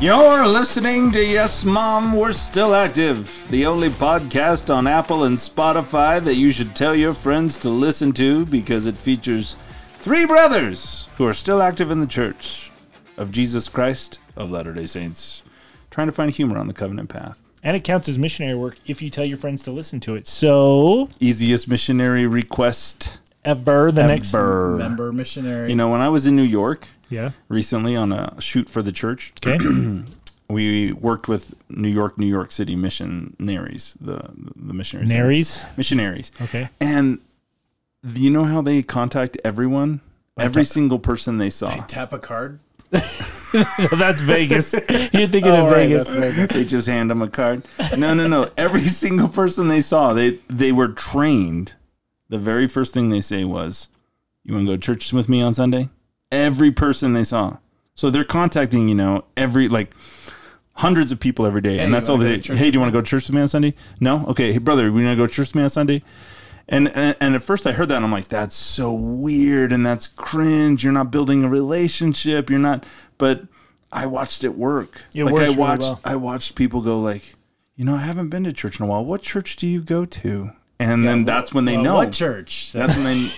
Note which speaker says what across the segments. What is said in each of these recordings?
Speaker 1: You're listening to Yes Mom, We're Still Active, the only podcast on Apple and Spotify that you should tell your friends to listen to because it features three brothers who are still active in the Church of Jesus Christ of Latter day Saints, trying to find humor on the covenant path.
Speaker 2: And it counts as missionary work if you tell your friends to listen to it. So,
Speaker 1: Easiest missionary request
Speaker 2: ever the next.
Speaker 1: ever.
Speaker 3: Member missionary.
Speaker 1: You know, when I was in New York
Speaker 2: Yeah.
Speaker 1: recently on a shoot for the church,
Speaker 2: Okay.
Speaker 1: we worked with New York, New York City missionaries, the the missionaries,
Speaker 2: Naries.
Speaker 1: missionaries,
Speaker 2: Okay.
Speaker 1: and th- you know how they contact everyone, every
Speaker 2: that.
Speaker 1: single person they saw.
Speaker 3: Tap a card.
Speaker 2: that's Vegas. You're thinking
Speaker 3: Oh,
Speaker 2: of
Speaker 3: right,
Speaker 2: Vegas.
Speaker 3: that's Vegas.
Speaker 1: they just hand them a card. No, no, no. Every single person they saw, they they were trained. The very first thing they say was, "You want to go to church with me on Sunday?" Every person they saw. So they're contacting, you know, every like hundreds of people every day, and
Speaker 3: you
Speaker 1: that's all
Speaker 3: wanna
Speaker 1: they.
Speaker 3: go to church
Speaker 1: Hey, do you want to go to church with me on Sunday? No, okay, hey, brother, we want to go to church with me on Sunday. And, and and at first I heard that and I'm like, that's so weird and that's cringe. You're not building a relationship. You're not. But I watched it work.
Speaker 2: It
Speaker 1: like
Speaker 2: works
Speaker 1: I
Speaker 2: really
Speaker 1: watched
Speaker 2: well.
Speaker 1: I watched people go like, you know, I haven't been to church in a while. What church do you go to? And then that's when they
Speaker 3: Well,
Speaker 1: know.
Speaker 3: What church?
Speaker 1: That's when they.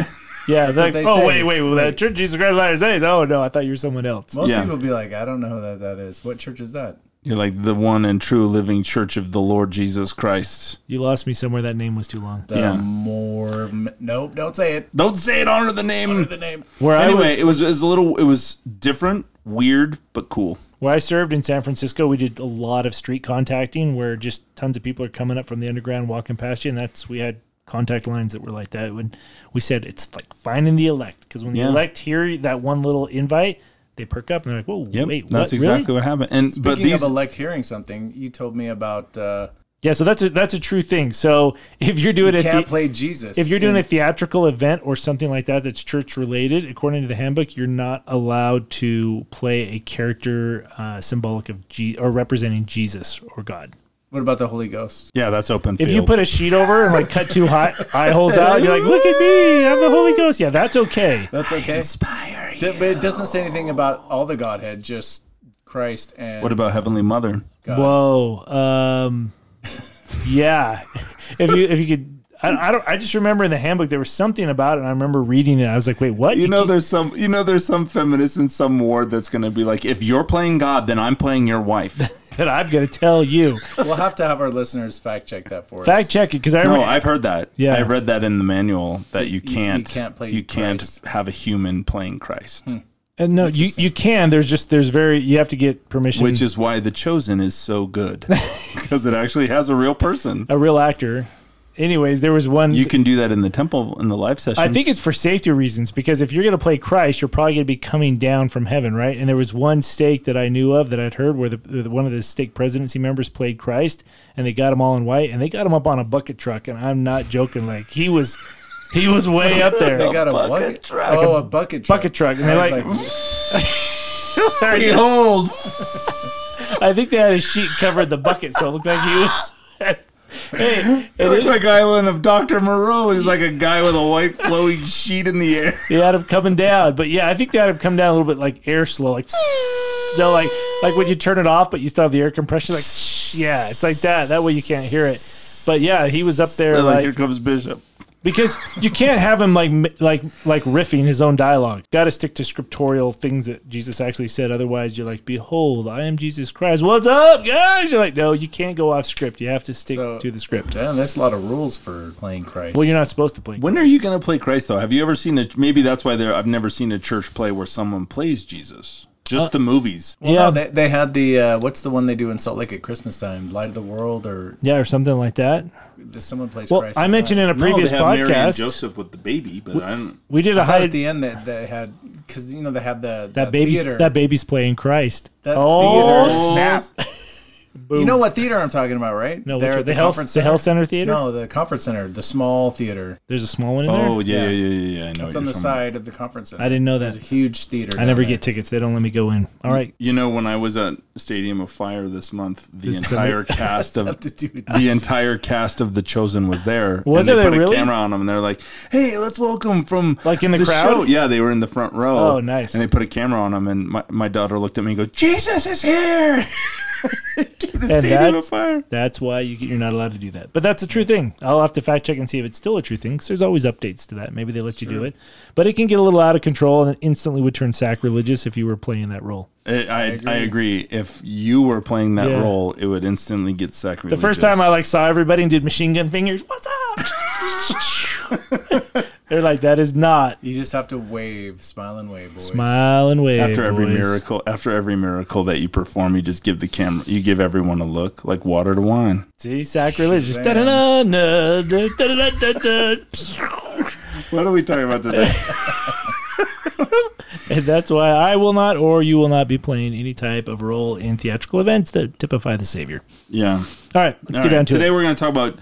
Speaker 2: Yeah. Like,
Speaker 3: they
Speaker 2: oh,
Speaker 3: say.
Speaker 2: wait, wait. Well, that Church of Jesus Christ of Latter-day Saints. Oh, no. I thought you were someone else.
Speaker 3: Most
Speaker 1: Yeah.
Speaker 3: people be like, I don't know who that, that is. What church is that?
Speaker 1: You're like the one and true living church of the Lord Jesus Christ.
Speaker 2: You lost me somewhere. That name was too long.
Speaker 3: The
Speaker 1: Yeah.
Speaker 3: more. Nope, don't say it.
Speaker 1: Don't say it under the name.
Speaker 3: What are the name?
Speaker 2: Where I
Speaker 1: anyway, it was it was a little it was different, weird, but cool.
Speaker 2: Where I served in San Francisco, we did a lot of street contacting where just tons of people are coming up from the underground walking past you. And that's, we had contact lines that were like that. When we said it's like finding the elect, because when
Speaker 1: Yeah.
Speaker 2: the elect hear that one little invite, they perk up and they're like, whoa,
Speaker 1: Yep,
Speaker 2: wait,
Speaker 1: that's
Speaker 2: what?
Speaker 1: exactly
Speaker 2: Really?
Speaker 1: what happened. And but
Speaker 3: Speaking
Speaker 1: these
Speaker 3: of elect hearing something, you told me about uh,
Speaker 2: Yeah. So that's a, that's a true thing. So if you're doing
Speaker 3: you
Speaker 2: it,
Speaker 3: can't play Jesus.
Speaker 2: if you're doing
Speaker 3: in-
Speaker 2: a theatrical event or something like that that's church related, according to the handbook, you're not allowed to play a character uh, symbolic of G or representing Jesus or God.
Speaker 3: what about the Holy Ghost?
Speaker 1: yeah, that's open.
Speaker 2: If you
Speaker 1: field.
Speaker 2: put a sheet over and like cut two hot eye holes out, you're like, look at me, I'm the Holy Ghost. Yeah, that's okay.
Speaker 3: That's okay.
Speaker 1: inspire you.
Speaker 3: Th- But it doesn't say anything about all the Godhead, just Christ and
Speaker 1: What about Heavenly Mother?
Speaker 2: Whoa. Um, yeah. if you if you could, I, I don't. I just remember in the handbook there was something about it. and I remember reading it. I was like, wait, what?
Speaker 1: You know,
Speaker 2: can't-
Speaker 1: there's some. You know, there's some feminist in some ward that's going to be like, if you're playing God, then I'm playing your wife.
Speaker 2: that I'm gonna tell you.
Speaker 3: We'll have to have our listeners fact check that for us.
Speaker 2: Fact check it because I
Speaker 1: no,
Speaker 2: remember.
Speaker 1: I've heard that.
Speaker 2: Yeah.
Speaker 1: I read that in the manual that you can't.
Speaker 3: can't play
Speaker 1: You can't
Speaker 3: Christ.
Speaker 1: have a human playing Christ,
Speaker 2: And no, you you can. There's just there's very you have to get permission.
Speaker 1: which is why The Chosen is so good because it actually has a real person.
Speaker 2: a real actor. Anyways, there was one.
Speaker 1: You can do that in the temple in the live sessions.
Speaker 2: I think it's for safety reasons because if you're going to play Christ, you're probably going to be coming down from heaven, right? And there was one stake that I knew of that I'd heard where the, the one of the stake presidency members played Christ, and they got him all in white, and they got him up on a bucket truck, and I'm not joking. Like he was, he was way up
Speaker 3: They
Speaker 2: there,
Speaker 3: got a
Speaker 1: bucket
Speaker 3: bucket,
Speaker 1: truck.
Speaker 3: Oh, a bucket truck.
Speaker 2: bucket truck, and they're
Speaker 3: I
Speaker 2: like,
Speaker 3: was
Speaker 1: behold.
Speaker 2: I think they had a sheet covered the bucket, so it looked like he was. hey,
Speaker 1: It looked like Island of Doctor Moreau is like a guy with a white flowing sheet in the air.
Speaker 2: They had him coming down, but yeah, I think they had him come down a little bit like air slow, like no, like like when you turn it off, but you still have the air compression, like yeah, it's like that. That way you can't hear it. But yeah, he was up there
Speaker 1: Like,
Speaker 2: like
Speaker 1: here comes Bishop.
Speaker 2: because you can't have him like m- like like riffing his own dialogue. Got to stick to scriptorial things that Jesus actually said. Otherwise, you're like, behold, I am Jesus Christ. What's up, guys? You're like, no, you can't go off script. You have to stick
Speaker 3: So-
Speaker 2: to the script.
Speaker 3: Damn, that's a lot of rules for playing Christ.
Speaker 2: Well, you're not supposed to play.
Speaker 1: When are you going to play Christ though? Have you ever seen a? Maybe that's why there. I've never seen a church play where someone plays Jesus. Just Uh, the movies.
Speaker 3: Well,
Speaker 2: yeah,
Speaker 3: no, Oh, they, they had the uh, what's the one they do in Salt Lake at Christmas time? Light of the World, or
Speaker 2: yeah, or something like that.
Speaker 3: does someone plays
Speaker 2: Well,
Speaker 3: Christ.
Speaker 2: I
Speaker 3: in
Speaker 2: mentioned in
Speaker 3: that?
Speaker 2: a previous
Speaker 1: no, they have
Speaker 2: podcast.
Speaker 1: Mary and Joseph with the baby, but I don't.
Speaker 2: We did a
Speaker 3: I thought
Speaker 2: high
Speaker 3: at the end that they had because you know they have the
Speaker 2: that baby's
Speaker 3: theater.
Speaker 2: that baby's playing Christ.
Speaker 3: That
Speaker 2: oh
Speaker 3: theater.
Speaker 2: snap! Boom.
Speaker 3: You know what theater I'm talking about, right?
Speaker 2: No,
Speaker 3: There
Speaker 2: which,
Speaker 3: at
Speaker 2: the, health
Speaker 3: conference
Speaker 2: the health center theater.
Speaker 3: No, the conference center, the small theater.
Speaker 2: There's a small one in there.
Speaker 1: Oh yeah, yeah,
Speaker 3: Yeah.
Speaker 1: yeah, yeah. yeah. I know
Speaker 3: It's
Speaker 1: what
Speaker 3: on
Speaker 1: you're
Speaker 3: the
Speaker 1: talking
Speaker 3: side of the conference center.
Speaker 2: I didn't know
Speaker 3: There's
Speaker 2: that.
Speaker 3: a huge theater.
Speaker 2: I never get tickets. They don't let me go in. All right.
Speaker 1: You know, when I was at Stadium of Fire this month, the
Speaker 2: It's-
Speaker 1: entire cast of
Speaker 3: have to do it.
Speaker 1: the entire cast of The Chosen was there.
Speaker 2: Was
Speaker 1: and
Speaker 2: it
Speaker 1: they put a
Speaker 2: really?
Speaker 1: camera on them and they're like, "Hey, let's welcome from
Speaker 2: Like in the crowd?
Speaker 1: show." Yeah, they were in the front row.
Speaker 2: Oh, nice.
Speaker 1: And they put a camera on them, and my, my daughter looked at me and goes, "Jesus is here!" Came to Stadium of
Speaker 2: that's-
Speaker 1: Fire.
Speaker 2: That's why you, you're not allowed to do that. But that's a true thing. I'll have to fact check and see if it's still a true thing 'cause there's always updates to that. Maybe they let you do it. But it can get a little out of control and it instantly would turn sacrilegious if you were playing that role.
Speaker 1: I, I, I, agree. If you were playing that
Speaker 2: Yeah.
Speaker 1: role, it would instantly get sacrilegious.
Speaker 2: The first time I like saw everybody and did machine gun fingers, what's up? They're like, that is not
Speaker 3: You just have to wave, smile and wave, boys.
Speaker 2: smile and wave.
Speaker 1: after every
Speaker 2: boys.
Speaker 1: miracle, after every miracle that you perform, you just give the camera, you give everyone a look, like water to wine.
Speaker 2: See, sacrilegious.
Speaker 3: Shazam.
Speaker 2: Da-da-da-da, da-da-da-da-da.
Speaker 1: What are we talking about today?
Speaker 2: And that's why I will not or you will not be playing any type of role in theatrical events that typify the Savior.
Speaker 1: yeah.
Speaker 2: All right, let's
Speaker 1: All
Speaker 2: get
Speaker 1: right,
Speaker 2: down to
Speaker 1: today
Speaker 2: it.
Speaker 1: we're going to talk about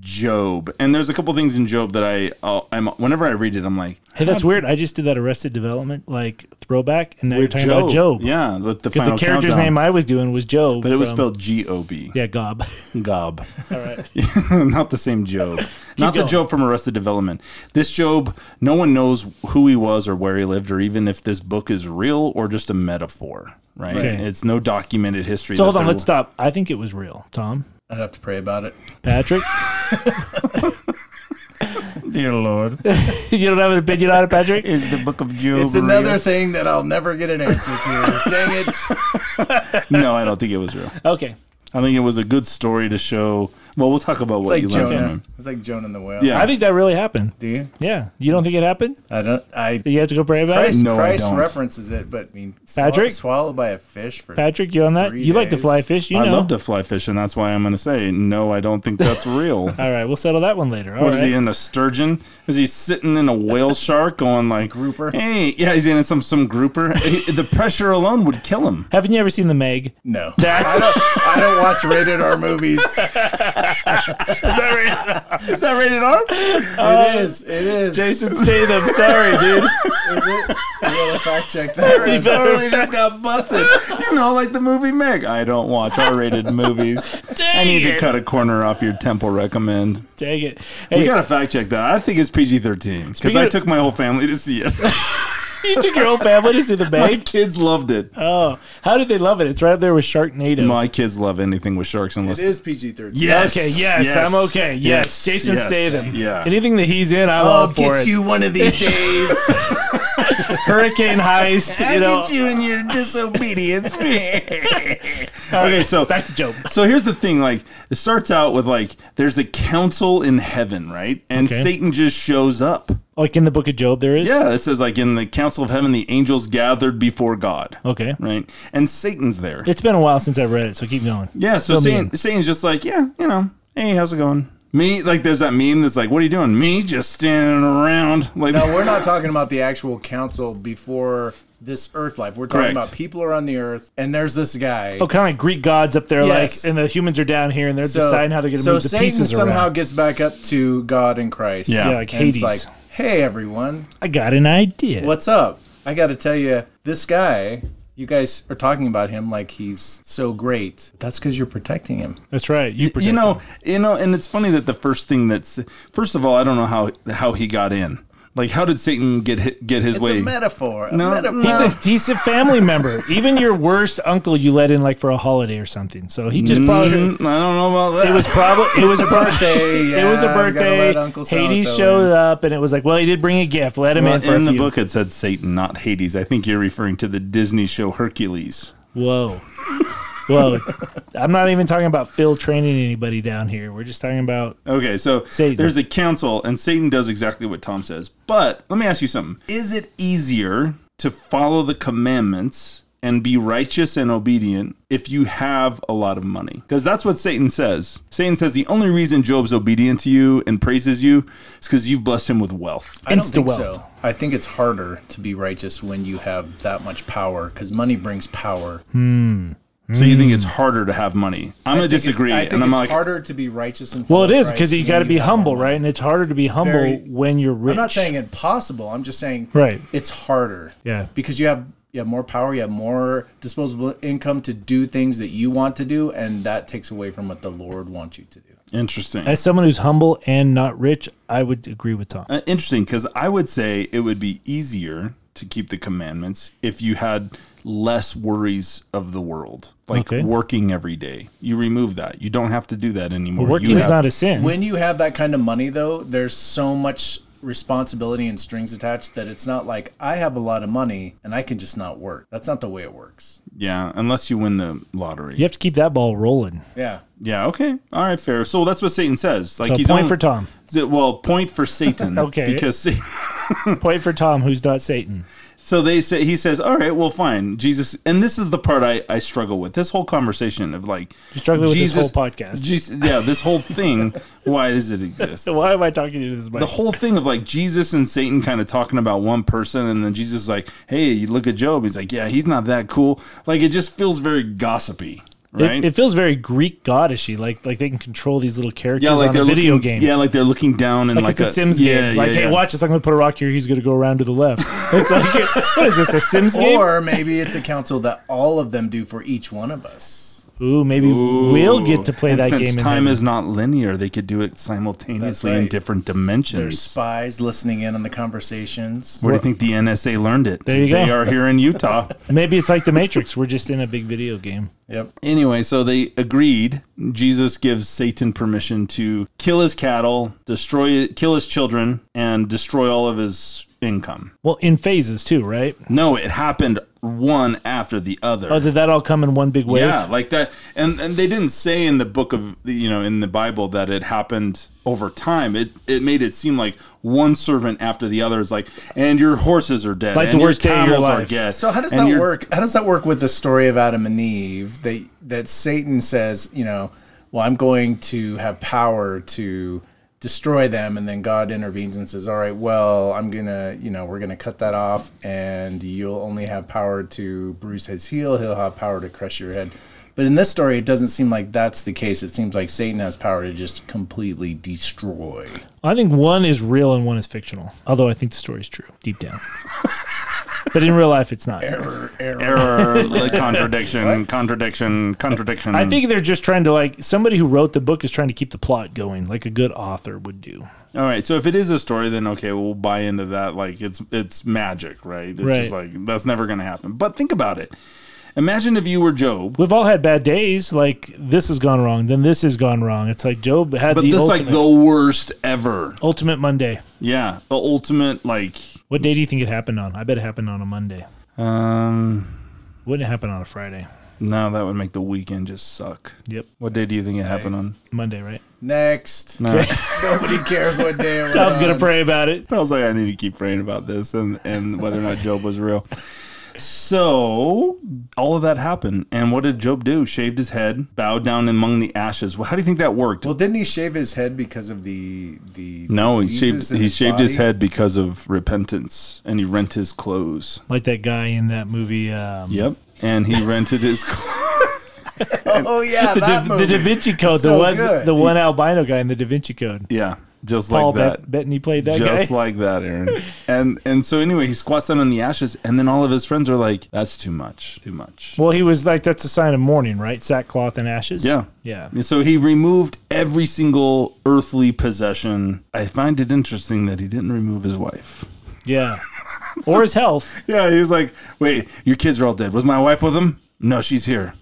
Speaker 1: Job, and there's a couple things in Job that I, I'll, I'm whenever I read it, I'm like,
Speaker 2: Hey, that's weird. I just did that Arrested Development like throwback, and now you're talking about Job.
Speaker 1: Yeah, with the
Speaker 2: 'Cause
Speaker 1: final
Speaker 2: the character's
Speaker 1: countdown.
Speaker 2: name I was doing was Job,
Speaker 1: but it was
Speaker 2: from-
Speaker 1: spelled G O B.
Speaker 2: yeah, Gob.
Speaker 1: Gob.
Speaker 2: All right,
Speaker 1: Not the same Job. Not the
Speaker 2: going.
Speaker 1: Job from Arrested Development. This Job, no one knows who he was or where he lived or even if this book is real or just a metaphor, right?
Speaker 2: Okay.
Speaker 1: It's no documented history.
Speaker 2: so
Speaker 1: that
Speaker 2: hold on,
Speaker 1: there
Speaker 2: let's
Speaker 1: wa-
Speaker 2: stop. I think it was real. Tom,
Speaker 3: I'd have to pray about it.
Speaker 2: Patrick,
Speaker 3: Dear Lord.
Speaker 2: you don't have an opinion on it, Patrick.
Speaker 1: Is the book of Job
Speaker 3: It's another
Speaker 1: real?
Speaker 3: thing that I'll never get an answer to. Dang it.
Speaker 1: No, I don't think it was real.
Speaker 2: Okay,
Speaker 1: I think it was a good story to show. Well, we'll talk about
Speaker 3: It's
Speaker 1: what
Speaker 3: like
Speaker 1: you learned from
Speaker 3: Jonah.
Speaker 1: him.
Speaker 3: It's like Jonah and the whale.
Speaker 1: Yeah.
Speaker 2: I think that really happened.
Speaker 3: Do you?
Speaker 2: Yeah, you don't think it happened?
Speaker 3: I don't. I.
Speaker 2: You have to go pray about it.
Speaker 3: Christ,
Speaker 1: No, I
Speaker 3: Christ
Speaker 1: don't.
Speaker 3: references it, but I mean, swall-
Speaker 2: Patrick?
Speaker 3: swallowed by a fish for.
Speaker 2: Patrick, you on that?
Speaker 3: Three
Speaker 2: You like to
Speaker 3: days.
Speaker 2: fly fish? You know.
Speaker 1: I love to fly fish, and that's why I'm going to say no. I don't think that's real. What is
Speaker 2: All right, we'll settle that one later. All right.
Speaker 1: he in the sturgeon? Is he sitting in a whale shark going like
Speaker 3: Grouper?
Speaker 1: Hey, yeah, he's in some some grouper. He- the pressure alone would kill him.
Speaker 2: Haven't you ever seen the Meg?
Speaker 3: No, I don't. I don't watch rated R movies.
Speaker 1: Is that rated R? Uh,
Speaker 3: it is. It is.
Speaker 2: Jason Statham. Sorry, dude.
Speaker 3: Is it? You gotta fact check that.
Speaker 2: You
Speaker 3: Ryan.
Speaker 2: better-
Speaker 1: just got busted. You know, like the movie Meg. I don't watch R-rated movies. I need to cut a corner off your temple recommend.
Speaker 2: Dang it.
Speaker 1: We
Speaker 2: Hey,
Speaker 1: gotta fact check that. I think it's PG-13 because
Speaker 2: Speaking
Speaker 1: I
Speaker 2: of-
Speaker 1: took my whole family to see it.
Speaker 2: you took your whole family to see the
Speaker 1: my
Speaker 2: Meg?
Speaker 1: kids loved it.
Speaker 2: Oh, how did they love it? It's right up there with Sharknado.
Speaker 1: My kids love anything with sharks unless
Speaker 3: It is PG thirteen.
Speaker 1: Yes.
Speaker 2: Okay, yes, I'm okay. Yes, Jason
Speaker 1: yes,
Speaker 2: Statham.
Speaker 1: Yeah.
Speaker 2: Anything that he's in, I'm all
Speaker 3: I'll
Speaker 2: for
Speaker 3: get
Speaker 2: it.
Speaker 3: you one of these days.
Speaker 2: Hurricane heist, you know.
Speaker 1: you in your disobedience. okay, so
Speaker 2: Back to Job.
Speaker 1: so here's the thing. Like, it starts out with like, there's the council in heaven, right? And
Speaker 2: Okay.
Speaker 1: Satan just shows up.
Speaker 2: Like in the book of Job, there is.
Speaker 1: Yeah, it says like in the council of heaven, the angels gathered before God,
Speaker 2: Okay.
Speaker 1: right? And Satan's there.
Speaker 2: It's been a while since I've read it, so keep going.
Speaker 1: Yeah, so
Speaker 2: So
Speaker 1: Satan,
Speaker 2: mean.
Speaker 1: Satan's just like, yeah, you know, hey, how's it going? Me, like, there's that meme that's like, what are you doing? Me, just standing around, like,
Speaker 3: No, we're not talking about the actual council before this earth life. We're talking
Speaker 1: Correct.
Speaker 3: about people are on the earth, and there's this guy.
Speaker 2: Oh, kind of like Greek gods up there,
Speaker 3: Yes.
Speaker 2: like, and the humans are down here, and they're deciding how they're going to
Speaker 3: so
Speaker 2: move the
Speaker 3: Satan
Speaker 2: pieces
Speaker 3: somehow
Speaker 2: around.
Speaker 3: gets back up to God and Christ.
Speaker 1: Yeah.
Speaker 2: Yeah, like
Speaker 3: and it's
Speaker 2: Hades.
Speaker 3: like, hey everyone,
Speaker 2: I got an idea.
Speaker 3: what's up? I got to tell you, this guy. You guys are talking about him like he's so great. That's because you're protecting him.
Speaker 2: That's right. You,
Speaker 1: you
Speaker 2: predict
Speaker 1: know,
Speaker 2: them.
Speaker 1: you know, and it's funny that the first thing that's first of all, I don't know how how he got in. Like, how did Satan get hi- get his
Speaker 3: It's
Speaker 1: way?
Speaker 3: a metaphor. A
Speaker 1: No,
Speaker 3: metaphor.
Speaker 1: no.
Speaker 2: he's a he's a family member. Even your worst uncle, you let in like for a holiday or something. So he just
Speaker 1: Mm,
Speaker 2: probably.
Speaker 1: I don't know about that.
Speaker 2: It was probably it was a birthday. It
Speaker 3: birthday.
Speaker 2: was a
Speaker 3: yeah, gotta
Speaker 2: birthday.
Speaker 3: let Uncle so-and-so
Speaker 2: Hades
Speaker 3: in.
Speaker 2: showed up, and it was like, well, he did bring a gift. Let him in
Speaker 1: Well,
Speaker 2: for
Speaker 1: in
Speaker 2: a
Speaker 1: the
Speaker 2: few.
Speaker 1: book, it said Satan, not Hades. I think you're referring to the Disney show Hercules.
Speaker 2: Whoa, whoa! I'm not even talking about Phil training anybody down here. We're just talking about
Speaker 1: Okay, so
Speaker 2: Satan.
Speaker 1: there's a council, and Satan does exactly what Tom says. But let me ask you something: Is it easier to follow the commandments and be righteous and obedient if you have a lot of money? Because that's what Satan says. Satan says the only reason Job's obedient to you and praises you is because you've blessed him with wealth.
Speaker 3: I don't
Speaker 2: Insta
Speaker 3: think
Speaker 2: wealth.
Speaker 3: so. I think it's harder to be righteous when you have that much power because money brings power.
Speaker 1: So you think it's harder to have money? I'm
Speaker 3: Mm. I
Speaker 1: gonna
Speaker 3: think it's-
Speaker 1: disagree,
Speaker 3: I think
Speaker 1: and I'm
Speaker 3: it's
Speaker 1: like,
Speaker 3: harder to be righteous and
Speaker 2: Well,
Speaker 3: full
Speaker 2: it
Speaker 3: of
Speaker 2: is
Speaker 3: Christ
Speaker 2: because you
Speaker 3: than
Speaker 2: got to
Speaker 3: it
Speaker 2: be
Speaker 3: is.
Speaker 2: humble, right? And it's harder to be humble
Speaker 3: very-
Speaker 2: when you're rich.
Speaker 3: I'm not saying impossible. I'm just saying
Speaker 2: Right.
Speaker 3: It's harder.
Speaker 2: Yeah.
Speaker 3: Because you have you have more power, you have more disposable income to do things that you want to do, and that takes away from what the Lord wants you to do.
Speaker 1: interesting.
Speaker 2: As someone who's humble and not rich, I would agree with Tom.
Speaker 1: Uh, interesting, because I would say it would be easier to keep the commandments if you had less worries of the world, like
Speaker 2: Okay.
Speaker 1: working every day. You remove that. You don't have to do that anymore.
Speaker 2: Working
Speaker 1: you
Speaker 2: is
Speaker 1: have-
Speaker 2: not a sin.
Speaker 3: When you have that kind of money, though, there's so much responsibility and strings attached that it's not like I have a lot of money and I can just not work. That's not the way it works.
Speaker 1: Yeah, unless you win the lottery.
Speaker 2: you have to keep that ball rolling.
Speaker 3: Yeah.
Speaker 1: Yeah. Okay. All right. Fair. So that's what Satan says. Like
Speaker 2: So
Speaker 1: he's
Speaker 2: point
Speaker 1: only-
Speaker 2: for Tom.
Speaker 1: Well, point for Satan.
Speaker 2: Okay.
Speaker 1: Because Sa-
Speaker 2: Point for Tom, who's not Satan.
Speaker 1: So they say he says, "All right, well, fine, Jesus." And this is the part I, I struggle with. This whole conversation of like
Speaker 2: You're struggling with this whole podcast.
Speaker 1: Jesus, yeah, this whole thing. why does it exist?
Speaker 2: So why am I talking to this mic?
Speaker 1: The whole thing of like Jesus and Satan kind of talking about one person, and then Jesus is like, "Hey, you look at Job." He's like, "Yeah, he's not that cool." Like it just feels very gossipy, right?
Speaker 2: It, it feels very Greek goddishy, like like they can control these little characters
Speaker 1: yeah, like
Speaker 2: on
Speaker 1: they're
Speaker 2: a video
Speaker 1: looking,
Speaker 2: game.
Speaker 1: Yeah, like they're looking down and like,
Speaker 2: like, it's a, Sims
Speaker 1: yeah,
Speaker 2: game. Like,
Speaker 1: yeah,
Speaker 2: hey,
Speaker 1: yeah.
Speaker 2: watch this. I'm gonna put a rock here. He's gonna go around to the left. It's like, what is this? A Sims game?
Speaker 3: Or maybe it's a council that all of them do for each one of us.
Speaker 2: Ooh, maybe we'll get to play
Speaker 1: And
Speaker 2: that
Speaker 1: since
Speaker 2: game. in
Speaker 1: Time
Speaker 2: heaven.
Speaker 1: is not linear; they could do it simultaneously in
Speaker 3: right.
Speaker 1: different
Speaker 3: There's
Speaker 1: dimensions.
Speaker 3: spies listening in on the conversations.
Speaker 1: Where do you think the NSA learned it?
Speaker 2: There you
Speaker 1: They
Speaker 2: go.
Speaker 1: are here in Utah.
Speaker 2: maybe it's like the Matrix. We're just in a big video game.
Speaker 3: Yep.
Speaker 1: anyway, so they agreed. Jesus gives Satan permission to kill his cattle, destroy, kill his children, and destroy all of his income.
Speaker 2: Well, in phases too, right?
Speaker 1: No, it happened one after the other.
Speaker 2: Oh, did that all come in one big wave?
Speaker 1: yeah, like that, and and they didn't say in the book of you know in the Bible that it happened over time. It it made it seem like one servant after the other is like, and your horses are dead,
Speaker 2: Like the
Speaker 1: and
Speaker 2: worst day of your
Speaker 1: camels are
Speaker 2: life.
Speaker 1: dead,
Speaker 3: So how does
Speaker 1: and
Speaker 3: that
Speaker 1: your-
Speaker 3: work? How does that work with the story of Adam and Eve? That that Satan says, you know, well, I'm going to have power to destroy them, and then God intervenes and says, all right, well, I'm gonna, you know, we're gonna cut that off, and you'll only have power to bruise his heel. He'll have power to crush your head. But in this story, it doesn't seem like that's the case. It seems like Satan has power to just completely destroy.
Speaker 2: I think one is real and one is fictional. Although I think the story's true deep down, but in real life, it's not.
Speaker 3: Error, error.
Speaker 1: Error, like contradiction, contradiction, contradiction.
Speaker 2: I think they're just trying to like somebody who wrote the book is trying to keep the plot going, like a good author would do.
Speaker 1: All right, so if it is a story, then okay, we'll buy into that. Like it's it's magic, right? It's just
Speaker 2: Right.
Speaker 1: like that's never going to happen. But think about it. Imagine if you were Job,
Speaker 2: We've all had bad days. Like this has gone wrong, then this has gone wrong. It's like Job had
Speaker 1: but
Speaker 2: the
Speaker 1: this
Speaker 2: ultimate,
Speaker 1: like the worst ever.
Speaker 2: ultimate Monday.
Speaker 1: Yeah, the ultimate like.
Speaker 2: What day do you think it happened on? I bet it happened on a Monday.
Speaker 1: Um,
Speaker 2: Wouldn't it happen on a Friday?
Speaker 1: no, that would make the weekend just suck.
Speaker 2: Yep,
Speaker 1: What day do you think it happened on?
Speaker 2: Monday, right?
Speaker 3: Next,
Speaker 1: No.
Speaker 3: nobody cares what day. we're
Speaker 2: Tom's
Speaker 1: Uh,
Speaker 2: gonna
Speaker 3: on.
Speaker 2: pray about it.
Speaker 1: I was like, I need to keep praying about this and, and whether or not Job was real. So all of that happened, and what did Job do? Shaved his head, bowed down among the ashes. Well, how do you think that worked?
Speaker 3: Well, didn't he shave his head because of the the?
Speaker 1: No, he
Speaker 3: diseases
Speaker 1: shaved.
Speaker 3: in
Speaker 1: He shaved his
Speaker 3: body?
Speaker 1: head because of repentance, and he rent his clothes.
Speaker 2: Like that guy in that movie, um,
Speaker 1: Yep, and he rented his. Cl-
Speaker 3: Oh yeah,
Speaker 2: the,
Speaker 3: that
Speaker 2: Da- the
Speaker 3: movie.
Speaker 2: Da Vinci Code, the
Speaker 3: So
Speaker 2: one,
Speaker 3: good.
Speaker 2: the one albino guy in the Da Vinci Code.
Speaker 1: yeah, just
Speaker 2: Paul
Speaker 1: like that.
Speaker 2: Bet- Bettany played that
Speaker 1: just
Speaker 2: guy.
Speaker 1: like that, Aaron. And and so anyway, he squats down in the ashes, and then all of his friends are like, "That's too much, too much."
Speaker 2: well, he was like, that's a sign of mourning, right? Sackcloth and ashes.
Speaker 1: Yeah.
Speaker 2: yeah.
Speaker 1: And so he removed every single earthly possession. I find it interesting that he didn't remove his wife.
Speaker 2: Yeah. or his health.
Speaker 1: Yeah, he was like, "Wait, your kids are all dead. Was my wife with them? No, she's here.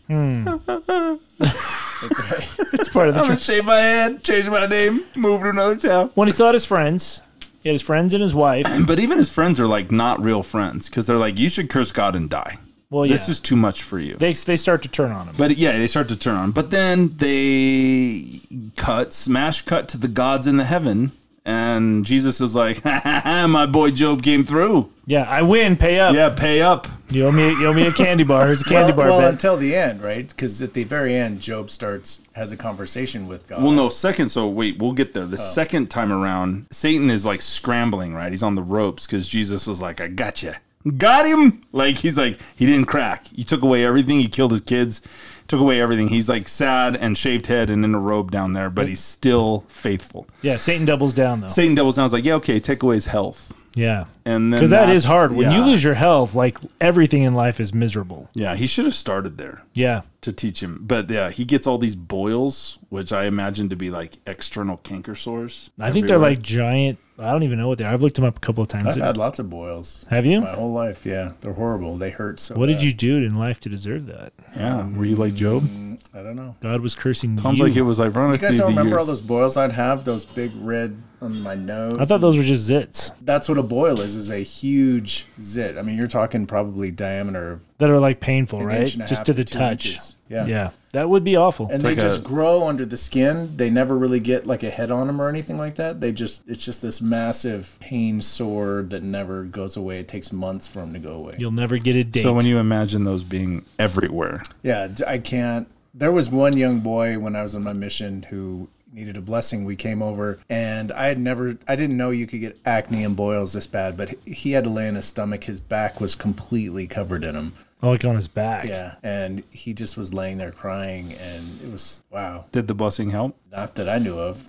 Speaker 2: It's part of the truth.
Speaker 1: shave my head, change my name, move to another town."
Speaker 2: When he saw his friends, he had his friends and his wife.
Speaker 1: But even his friends are like not real friends because they're like, you should curse God and die.
Speaker 2: Well, yeah.
Speaker 1: This is too much for you.
Speaker 2: they, they start to turn on him.
Speaker 1: But yeah, they start to turn on. But then they cut, smash cut to the gods in the heaven. And Jesus is like, ha, ha, ha, my boy Job came through.
Speaker 2: Yeah, I win. Pay up.
Speaker 1: Yeah, pay up.
Speaker 2: You owe me. You owe me a candy bar. Here's a candy
Speaker 3: Well,
Speaker 2: bar
Speaker 3: well,
Speaker 2: bet.
Speaker 3: until the end, right? Because at the very end, Job starts has a conversation with God.
Speaker 1: Well, no, second. So wait, we'll get there.
Speaker 2: Oh.
Speaker 1: The second time around, Satan is like scrambling, right? He's on the ropes because Jesus is like, I gotcha. got him. Like he's like he didn't crack. He took away everything. He killed his kids. Took away everything. He's like sad and shaved head and in a robe down there, but he's still faithful.
Speaker 2: Yeah, Satan doubles down though.
Speaker 1: Satan doubles down. is like, yeah, okay, take away his health,
Speaker 2: yeah,
Speaker 1: and then
Speaker 2: because that
Speaker 1: that's-
Speaker 2: is hard. When you
Speaker 1: yeah.
Speaker 2: lose your health, like everything in life is miserable.
Speaker 1: yeah, he should have started there
Speaker 2: Yeah,
Speaker 1: to teach him. But yeah, he gets all these boils, which I imagine to be like external canker sores.
Speaker 2: I think they're like giant. I don't even know what they are. I've looked them up a couple of times.
Speaker 3: I've had lots of boils
Speaker 2: Have you?
Speaker 3: my whole life. Yeah, they're horrible. They hurt so.
Speaker 2: What did
Speaker 3: bad.
Speaker 2: you do in life to deserve that?
Speaker 1: yeah. Were you like Job?
Speaker 3: I don't know.
Speaker 2: God was cursing
Speaker 1: Sounds
Speaker 2: you.
Speaker 1: like it was
Speaker 3: You
Speaker 1: ironically.
Speaker 3: guys don't
Speaker 1: the
Speaker 3: remember all
Speaker 1: years-
Speaker 3: those boils I'd have? Those big red on my nose.
Speaker 2: I thought those were just zits
Speaker 3: that's what a boil is. Is a huge zit. I mean, you're talking probably diameter of
Speaker 2: that are like painful,
Speaker 3: an
Speaker 2: right?
Speaker 3: inch and a
Speaker 2: Just
Speaker 3: half
Speaker 2: to the
Speaker 3: two
Speaker 2: touch.
Speaker 3: inches. Yeah.
Speaker 2: yeah, that would be awful.
Speaker 3: And
Speaker 1: It's
Speaker 3: they
Speaker 1: like
Speaker 3: just
Speaker 1: a-
Speaker 3: grow under the skin. They never really get like a head on them or anything like that. They just it's just this massive pain sore that never goes away. It takes months for them to go away.
Speaker 2: You'll never get a date.
Speaker 1: So when you imagine those being everywhere,
Speaker 3: Yeah, d- I can't. There was one young boy when I was on my mission who needed a blessing. We came over, and I had never, I didn't know you could get acne and boils this bad, but he- he had to lay on his stomach. His back was completely covered in them.
Speaker 2: oh, like on his back.
Speaker 3: Yeah. And he just was laying there crying, and it was, wow,
Speaker 1: did the blessing help?
Speaker 3: not that I knew of.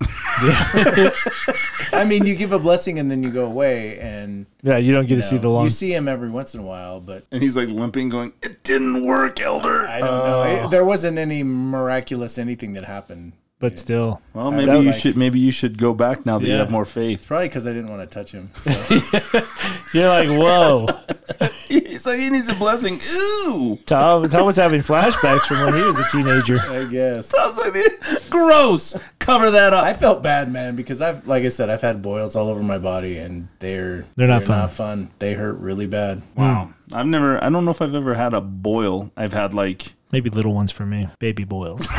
Speaker 3: I mean, you give a blessing and then you go away, and
Speaker 2: yeah, you don't get
Speaker 3: you,
Speaker 2: to see
Speaker 3: know,
Speaker 2: the long.
Speaker 3: you see him every once in a while, but
Speaker 1: And he's like limping, going, "It didn't work, Elder."
Speaker 3: I don't know.
Speaker 2: Oh.
Speaker 3: It- there wasn't any miraculous anything that happened.
Speaker 2: but still,
Speaker 1: well, maybe
Speaker 2: that-
Speaker 1: you should maybe you should go back now that you
Speaker 2: Yeah.
Speaker 1: have more faith.
Speaker 3: Probably because I didn't want to touch him.
Speaker 2: you're like, whoa.
Speaker 1: He's like he needs a blessing. Ooh,
Speaker 2: Tom, Tom was having flashbacks from when he was a teenager.
Speaker 3: I guess.
Speaker 1: I was like, gross. Cover that up.
Speaker 3: I felt bad, man, because I've, like I said, I've had boils all over my body, and they're
Speaker 2: They're not fun.
Speaker 3: They hurt really bad.
Speaker 1: Wow, I've never. I don't know if I've ever had a boil. I've had like
Speaker 2: Maybe little ones for me. Baby boils.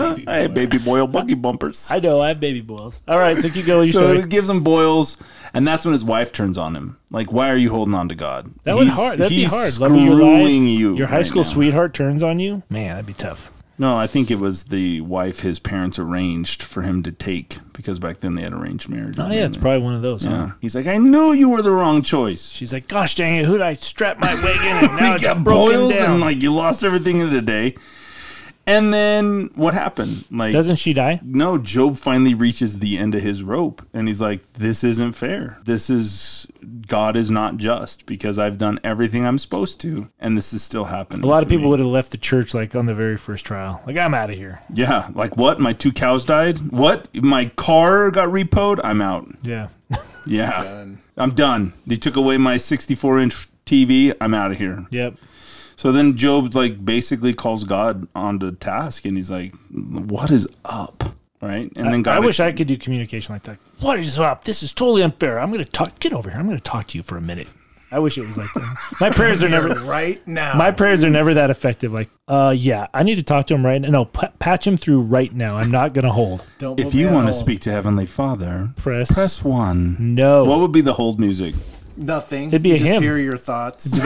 Speaker 1: I had baby boil buggy bumpers.
Speaker 2: I know, I have baby boils. All right, so keep going with your
Speaker 1: So
Speaker 2: story.
Speaker 1: it gives him boils, and that's when his wife turns on him. Like, why are you holding on to God?
Speaker 2: That would
Speaker 1: He's-
Speaker 2: hard. That'd be
Speaker 1: he's
Speaker 2: hard. Love of
Speaker 1: Screwing
Speaker 2: your life,
Speaker 1: you.
Speaker 2: Your high
Speaker 1: right
Speaker 2: school
Speaker 1: now.
Speaker 2: sweetheart turns on you? Man, that'd be tough.
Speaker 1: No, I think it was the wife his parents arranged for him to take because back then they had arranged marriage.
Speaker 2: Oh, yeah, it's probably one of those, huh?
Speaker 1: Mm. Yeah. He's like, I knew you were the wrong choice.
Speaker 2: She's like, gosh dang it, who'd I strap my wig in? And now
Speaker 1: we
Speaker 2: it's
Speaker 1: got
Speaker 2: broken
Speaker 1: boils
Speaker 2: down.
Speaker 1: and like you lost everything in the day. And then what happened? Like,
Speaker 2: Doesn't she die?
Speaker 1: no, Job finally reaches the end of his rope and he's like, This isn't fair. This is, God is not just because I've done everything I'm supposed to and this is still happening.
Speaker 2: A lot
Speaker 1: to
Speaker 2: of people
Speaker 1: me."
Speaker 2: would have left the church like on the very first trial. Like, I'm out of here.
Speaker 1: Yeah. Like, what? My two cows died? What? My car got repoed? I'm out.
Speaker 2: Yeah.
Speaker 1: Yeah. I'm done. They took away my 64 inch TV. I'm out of here.
Speaker 2: yep.
Speaker 1: So then Job like basically calls God onto task and he's like, "What is up?" Right? And then God
Speaker 2: I wish
Speaker 1: ex-
Speaker 2: I could do communication like that. What is up? This is totally unfair. I'm going to talk. Get over here. I'm going to talk to you for a minute. I wish it was like that. My prayers are never.
Speaker 3: right now.
Speaker 2: My prayers are never that effective. Like, uh, yeah, I need to talk to him right now. No, p- patch him through right now. I'm not going to hold.
Speaker 3: Don't
Speaker 1: if
Speaker 3: put
Speaker 1: you
Speaker 3: me on
Speaker 1: want to
Speaker 3: hold.
Speaker 1: speak to Heavenly Father,
Speaker 2: Press.
Speaker 1: press 1.
Speaker 2: No.
Speaker 1: What would be the hold music?
Speaker 3: nothing,
Speaker 2: It'd be a
Speaker 3: just
Speaker 2: hymn.
Speaker 3: hear your thoughts.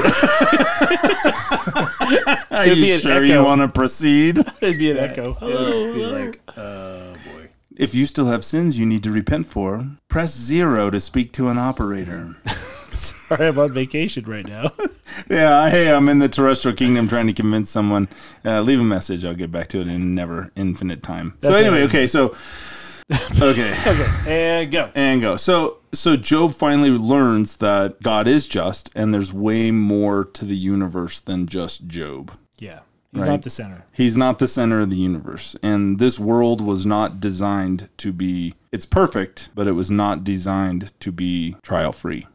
Speaker 1: Are
Speaker 2: It'd
Speaker 1: you
Speaker 2: be an
Speaker 1: sure
Speaker 2: echo.
Speaker 1: you want to proceed?
Speaker 2: It'd be an echo.
Speaker 3: It'll just be like, oh boy.
Speaker 1: If you still have sins you need to repent for, press 0 to speak to an operator.
Speaker 2: Sorry, I'm on vacation right now.
Speaker 1: yeah, hey, I'm in the terrestrial kingdom trying to convince someone. Uh, leave a message. I'll get back to it in never infinite time.
Speaker 2: That's
Speaker 1: so
Speaker 2: what
Speaker 1: anyway,
Speaker 2: I-
Speaker 1: okay, so okay.
Speaker 2: and go.
Speaker 1: and go. So so Job finally learns that God is just and there's way more to the universe than just Job.
Speaker 2: Yeah. He's
Speaker 1: Right.
Speaker 2: not the center.
Speaker 1: He's not the center of the universe and this world was not designed to be it's perfect, but it was not designed to be trial free.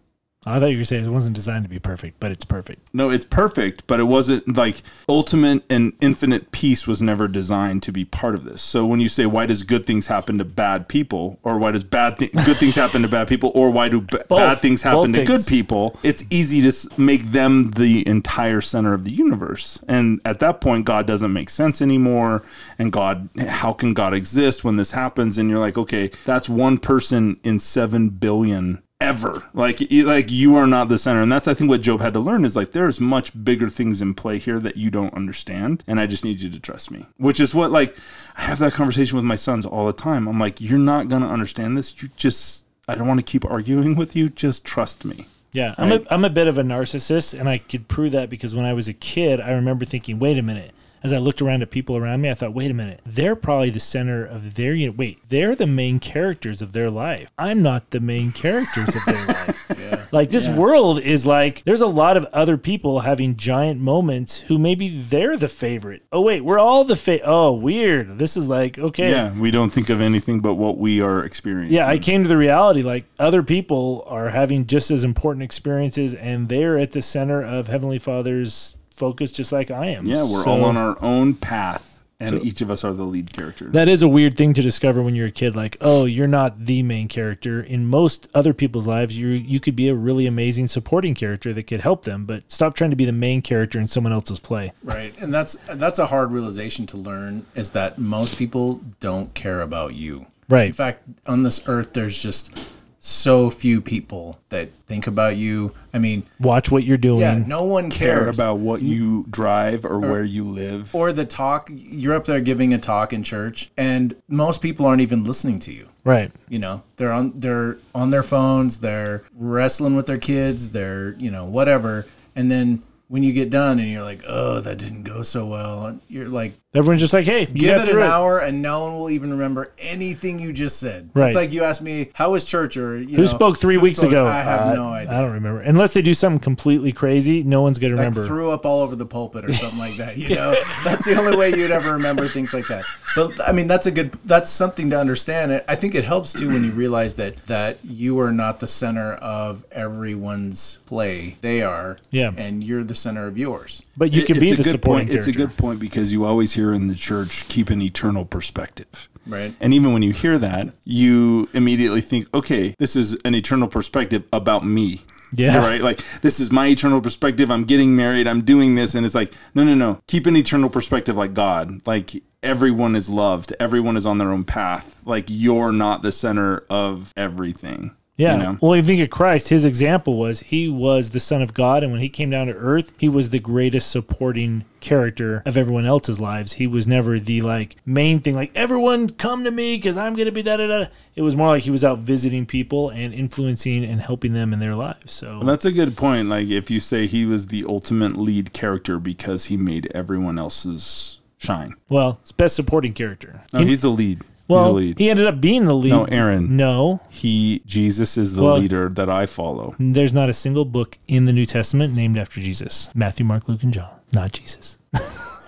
Speaker 2: I thought you were saying it wasn't designed to be perfect, but it's perfect.
Speaker 1: No, it's perfect, but it wasn't like ultimate and infinite peace was never designed to be part of this. So when you say why does good things happen to bad people, or why does bad th- good things happen to bad people, or why do b- bad things happen
Speaker 2: Both
Speaker 1: to
Speaker 2: things.
Speaker 1: good people, it's easy to s- make them the entire center of the universe. And at that point, God doesn't make sense anymore. And God, how can God exist when this happens? And you're like, okay, that's one person in seven billion ever like you- like you are not the center and that's i think what job had to learn is like there's much bigger things in play here that you don't understand and i just need you to trust me which is what like i have that conversation with my sons all the time i'm like you're not going to understand this you just i don't want to keep arguing with you just trust me
Speaker 2: Yeah, I'm a I'm a bit of a narcissist, and I could prove that because when I was a kid, I remember thinking, "Wait a minute." As I looked around at people around me, I thought, "Wait a minute, they're probably the center of their unit. Wait, they're the main characters of their life. I'm not the main characters of their life. Like this world is like there's a lot of other people having giant moments who maybe they're the favorite. Oh wait, we're all the fa- Oh weird. This is like okay,
Speaker 1: Yeah, we don't think of anything but what we are experiencing.
Speaker 2: yeah, I came to the reality like other people are having just as important experiences and they're at the center of Heavenly Father's focus just like I am.
Speaker 1: yeah, we're
Speaker 2: So
Speaker 1: all on our own path, and each of us are the lead character.
Speaker 2: That is a weird thing to discover when you're a kid like, "Oh, you're not the main character in most other people's lives. You you could be a really amazing supporting character that could help them, but stop trying to be the main character in someone else's play."
Speaker 3: Right. And that's that's a hard realization to learn is that most people don't care about you.
Speaker 2: Right.
Speaker 3: In fact, on this earth there's just so few people that think about you. I mean,
Speaker 2: Watch what you're doing.
Speaker 3: yeah, no one cares
Speaker 4: care about what
Speaker 2: Mm-hmm.
Speaker 4: you drive or, where you live.
Speaker 3: or the talk you're up there giving a talk in church and most people aren't even listening to you.
Speaker 2: Right.
Speaker 3: you know they're on they're on their phones they're wrestling with their kids they're you know whatever and then when you get done and you're like oh that didn't go so well and you're like
Speaker 2: Everyone's just like, "Hey, you
Speaker 3: give
Speaker 2: got
Speaker 3: it an
Speaker 2: through
Speaker 3: hour and no one will even remember anything you just said
Speaker 2: Right.
Speaker 3: it's like you asked me how was church or you
Speaker 2: Who
Speaker 3: know,
Speaker 2: spoke three
Speaker 3: who
Speaker 2: weeks
Speaker 3: spoke?
Speaker 2: ago?
Speaker 3: i have
Speaker 2: Uh,
Speaker 3: no idea
Speaker 2: I don't remember. Unless they do something completely crazy, no one's gonna
Speaker 3: like
Speaker 2: remember.
Speaker 3: threw up all over the pulpit or something like that. You know, that's the only way you'd ever remember things like that. But I mean, that's a good. That's something to understand. I- I think it helps too when you realize that that you are not the center of everyone's play. They are.
Speaker 2: Yeah.
Speaker 3: And you're the center of yours.
Speaker 2: But you
Speaker 4: It-
Speaker 2: can
Speaker 4: it's
Speaker 2: be
Speaker 4: a
Speaker 2: the
Speaker 4: good
Speaker 2: supporting
Speaker 4: point.
Speaker 2: character.
Speaker 4: It's a good point because you always hear in the church keep an eternal perspective.
Speaker 3: Right.
Speaker 1: And even when you hear that, you immediately think, okay, this is an eternal perspective about me.
Speaker 2: Yeah.
Speaker 1: Right? Like, this is my eternal perspective. I'm getting married. I'm doing this. And it's like, no, no, no. Keep an eternal perspective like God. Like, everyone is loved. Everyone is on their own path. Like, you're not the center of everything.
Speaker 2: yeah.
Speaker 1: You know?
Speaker 2: Well, you think of Christ, his example was he was the Son of God, and when he came down to earth, he was the greatest supporting character of everyone else's lives. He was never the like main thing, like everyone come to me because I'm gonna be da da da. It was more like he was out visiting people and influencing and helping them in their lives. So
Speaker 1: That's a good point. Like, if you say he was the ultimate lead character because he made everyone else's shine.
Speaker 2: well, it's best supporting character.
Speaker 1: No, he's the lead. he's
Speaker 2: well,
Speaker 1: the lead.
Speaker 2: he ended up being the lead.
Speaker 1: No, Aaron.
Speaker 2: No,
Speaker 1: he Jesus is the
Speaker 2: Well-
Speaker 1: leader that I follow.
Speaker 2: There's not a single book in the New Testament named after Jesus. Matthew, Mark, Luke, and John. Not Jesus.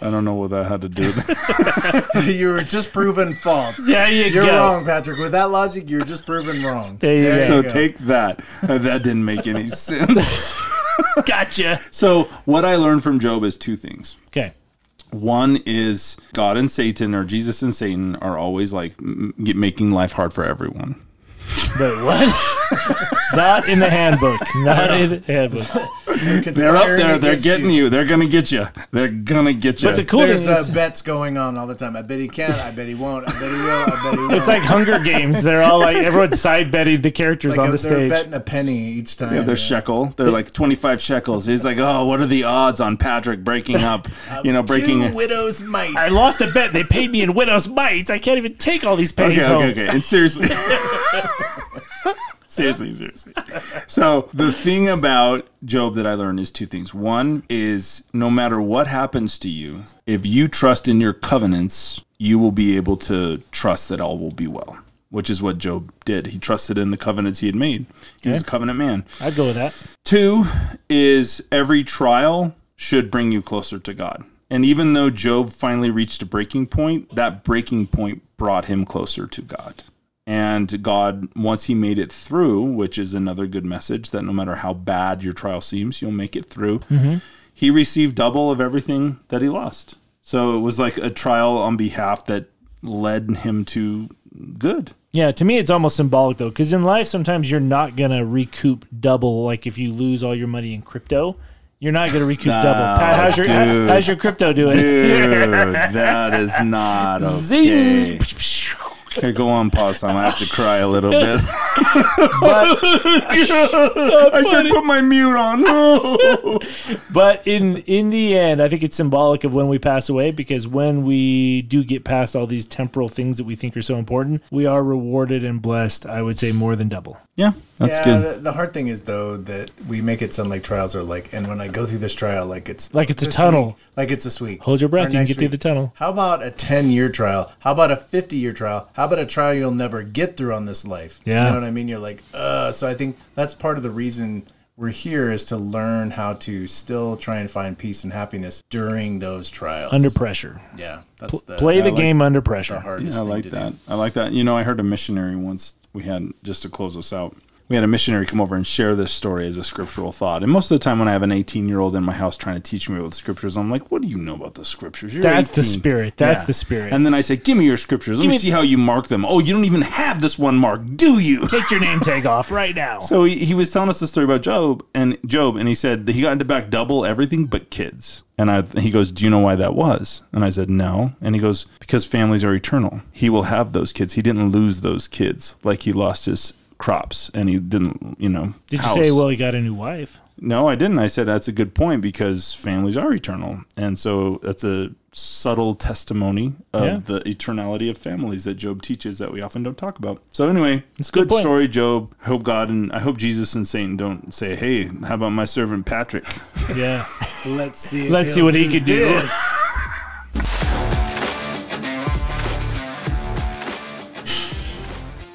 Speaker 1: I don't know what that had to do with it.
Speaker 3: you were just proven false.
Speaker 2: There you
Speaker 3: You're
Speaker 2: go.
Speaker 3: wrong, Patrick. With that logic, you're just proven wrong.
Speaker 2: There you go.
Speaker 1: so
Speaker 3: go.
Speaker 1: take that. That didn't make any sense.
Speaker 2: Gotcha.
Speaker 1: so what I learned from Job is two things.
Speaker 2: Okay.
Speaker 1: One is God and Satan or Jesus and Satan are always like m- get- making life hard for everyone.
Speaker 2: But what? not in the handbook. Not in the handbook.
Speaker 1: They're up there. They're
Speaker 3: Against
Speaker 1: getting you. They're gonna get you. They're gonna get you.
Speaker 2: But the cool thing
Speaker 3: There's uh,
Speaker 2: is,
Speaker 3: bets going on all the time. I bet he can. I bet he won't. I bet he will. I bet he won't.
Speaker 2: it's like Hunger Games. They're all like everyone's side betting the characters
Speaker 3: Like,
Speaker 2: on the
Speaker 3: they're
Speaker 2: stage.
Speaker 3: betting a penny each time.
Speaker 1: they're shekel. They're like twenty five shekels. He's like, oh, what are the odds on Patrick breaking up? You know, breaking.
Speaker 3: Two widows might.
Speaker 2: I lost a bet. They paid me in widow's mites. I can't even take all these pennies
Speaker 1: okay,
Speaker 2: home.
Speaker 1: okay, okay. And seriously. seriously, seriously. So the thing about Job that I learned is two things. One is no matter what happens to you, if you trust in your covenants, you will be able to trust that all will be well. Which is what Job did. He trusted in the covenants he had made. He was a covenant man.
Speaker 2: I'd go with that.
Speaker 1: Two is every trial should bring you closer to God. And even though Job finally reached a breaking point, that breaking point brought him closer to God. And God, once he made it through, which is another good message that no matter how bad your trial seems, you'll make it through, he received double of everything that he lost. So it was like a trial on behalf that led him to good.
Speaker 2: Yeah, to me, it's almost symbolic though, because in life, sometimes you're not gonna recoup double. Like if you lose all your money in crypto, you're not gonna recoup double. Pat, how's your
Speaker 1: dude.
Speaker 2: how's your crypto doing?
Speaker 1: Dude, that is not okay.
Speaker 2: Zing.
Speaker 1: Here, go on, pause time. I have to cry a little bit. I should put my mute on.
Speaker 2: But in in the end, I think it's symbolic of when we pass away, because when we do get past all these temporal things that we think are so important, we are rewarded and blessed. I would say more than double.
Speaker 1: Yeah, that's
Speaker 3: yeah,
Speaker 1: good.
Speaker 3: The, the hard thing is though that we make it sound like trials are like, and when I go through this trial, like it's
Speaker 2: Like it's a
Speaker 3: this
Speaker 2: tunnel.
Speaker 3: week, like it's this week.
Speaker 2: Hold your breath,
Speaker 3: or
Speaker 2: you can
Speaker 3: next
Speaker 2: get through
Speaker 3: week.
Speaker 2: the tunnel.
Speaker 3: How about a ten-year trial? How about a fifty-year trial? How about a trial you'll never get through on this life?
Speaker 2: Yeah.
Speaker 3: you know what I mean. You're like, uh. So I think that's part of the reason we're here is to learn how to still try and find peace and happiness during those trials.
Speaker 2: Under pressure.
Speaker 3: yeah, that's the,
Speaker 2: Play the
Speaker 1: like-
Speaker 2: game under pressure.
Speaker 3: the hardest.
Speaker 1: Yeah, I
Speaker 3: thing
Speaker 1: like
Speaker 3: to
Speaker 1: that.
Speaker 3: Do.
Speaker 1: I like that. You know, I heard a missionary once. We had just to close us out. We had a missionary come over and share this story as a scriptural thought. And most of the time, when I have an 18 year old in my house trying to teach me about the scriptures, I'm like, "What do you know about the scriptures?" You're
Speaker 2: That's the
Speaker 1: 18."
Speaker 2: spirit. That's the spirit.
Speaker 1: And then I say, "Give me your scriptures. Let me,
Speaker 2: me-
Speaker 1: see how you mark them." Oh, you don't even have this one mark, do you?
Speaker 2: Take your name tag off right now.
Speaker 1: So he, he was telling us the story about Job and Job, and he said that he got into back double everything but kids. And I, he goes, "Do you know why that was?" And I said, "No." And he goes, "Because families are eternal. He will have those kids. He didn't lose those kids like he lost his crops, and he didn't, you know."
Speaker 2: Did you
Speaker 1: house."
Speaker 2: say, well, he got a new wife?
Speaker 1: No, I didn't. I said that's a good point because families are eternal. And so that's a subtle testimony of
Speaker 2: Yeah.
Speaker 1: the eternality of families that Job teaches that we often don't talk about. So anyway, it's
Speaker 2: a good
Speaker 1: good,
Speaker 2: point.
Speaker 1: story, Job. I hope God and I hope Jesus and Satan don't say, Hey, how about my servant Patrick?
Speaker 2: Yeah.
Speaker 3: Let's see.
Speaker 2: Let's see what he could do.